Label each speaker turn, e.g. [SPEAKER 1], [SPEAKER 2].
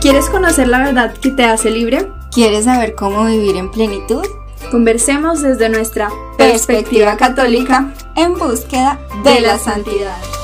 [SPEAKER 1] ¿Quieres conocer la verdad que te hace libre?
[SPEAKER 2] ¿Quieres saber cómo vivir en plenitud?
[SPEAKER 1] Conversemos desde nuestra
[SPEAKER 2] Perspectiva católica en búsqueda de la santidad.